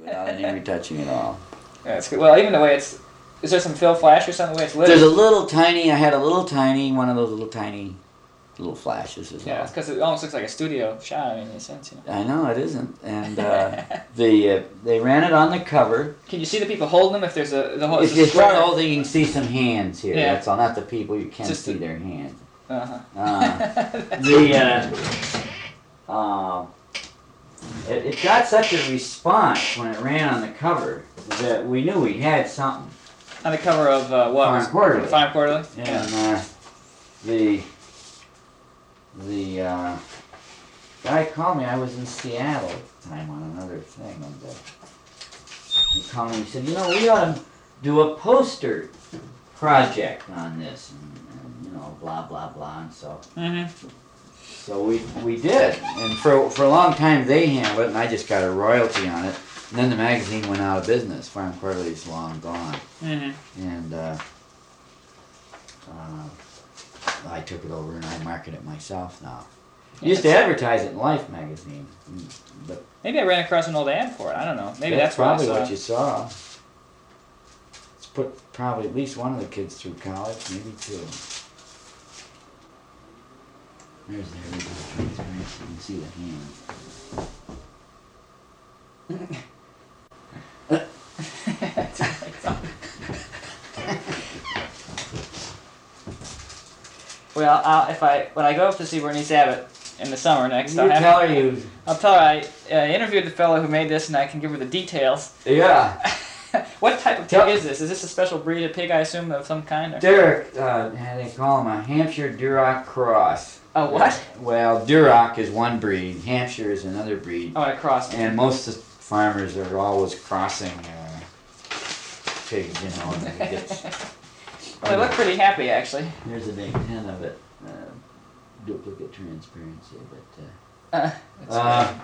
without any retouching at all. That's good. Well, even the way it's is there some Phil Flash or something the way it's lit? There's a little tiny. I had a little tiny one of those little tiny little flashes as yeah, well. it's because it almost looks like a studio shot in a sense. You know? I know it isn't, and uh, the uh, they ran it on the cover. Can you see the people holding them if there's a the whole? If it's a you start square. the whole thing, you can see some hands here. Yeah. That's all. Not the people. You can't Just see the- their hands. Uh-huh. Uh, the uh, uh, it, it got such a response when it ran on the cover that we knew we had something. On the cover of uh, what? Farm Quarterly. Farm Quarterly. And uh, the the uh, guy called me. I was in Seattle at the time on another thing, and uh, he called me. He said, "You know, we ought to do a poster project on this, and, and you know, blah blah blah." And so, Mm-hmm. so we we did, and for for a long time they handled it, and I just got a royalty on it. And then the magazine went out of business. Farm Quarterly is long gone Mm-hmm. and uh, uh, I took it over and I market it myself now. I used to advertise it in Life magazine. Mm, But Maybe I ran across an old ad for it. I don't know. Maybe that's, what I probably saw. what you saw. It's put probably at least one of the kids through college, maybe two. There's the original transparency. You can see the hand. well, I'll, if I when I go up to see Bernice Abbott in the summer next, I'll, you have, tell her you. I'll tell her I uh, interviewed the fellow who made this, and I can give her the details. Yeah. what type of pig Tell- is this? Is this a special breed of pig? I assume of some kind. Or? Derek, uh, how do they call him? A Hampshire Duroc cross. A what? Well, Duroc is one breed. Hampshire is another breed. Oh, and a cross. And most of the farmers are always crossing uh, pigs, you know, and then it gets. Well, they look pretty happy actually. Here's a big tin of it. Uh, duplicate transparency, but. Uh, Uh, uh,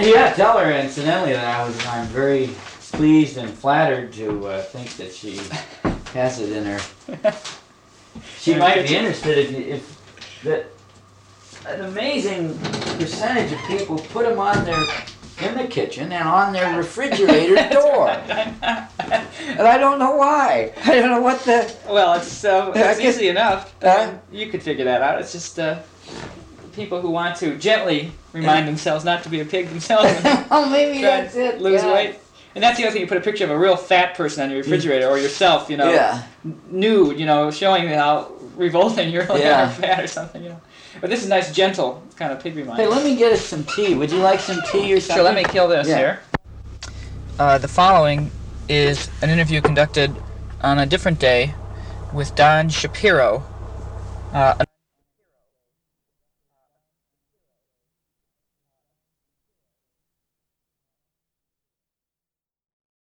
yeah, tell her incidentally that I was I'm very pleased and flattered to uh, think that she has it in her. She might be interested if, you, if that an amazing percentage of people put them on their in the kitchen and on their refrigerator door. And I don't know why. I don't know what the Well, it's uh, Yeah, I guess- it's Uh-huh. easy enough. Huh? you could figure that out. It's just uh, people who want to gently remind themselves not to be a pig themselves when they oh, maybe try that's to it. lose yeah. Mm. weight. And that's the other thing. You put a picture of a real fat person on your refrigerator or yourself, you know, Yeah. nude, you know, showing how revolting you're like Yeah. or fat or something, you know. But this is nice, gentle kind of pig reminder. Hey, let me get us some tea. Would you like some tea or something? So let me kill this Yeah. here. Uh, the following is an interview conducted on a different day with Don Shapiro, uh, a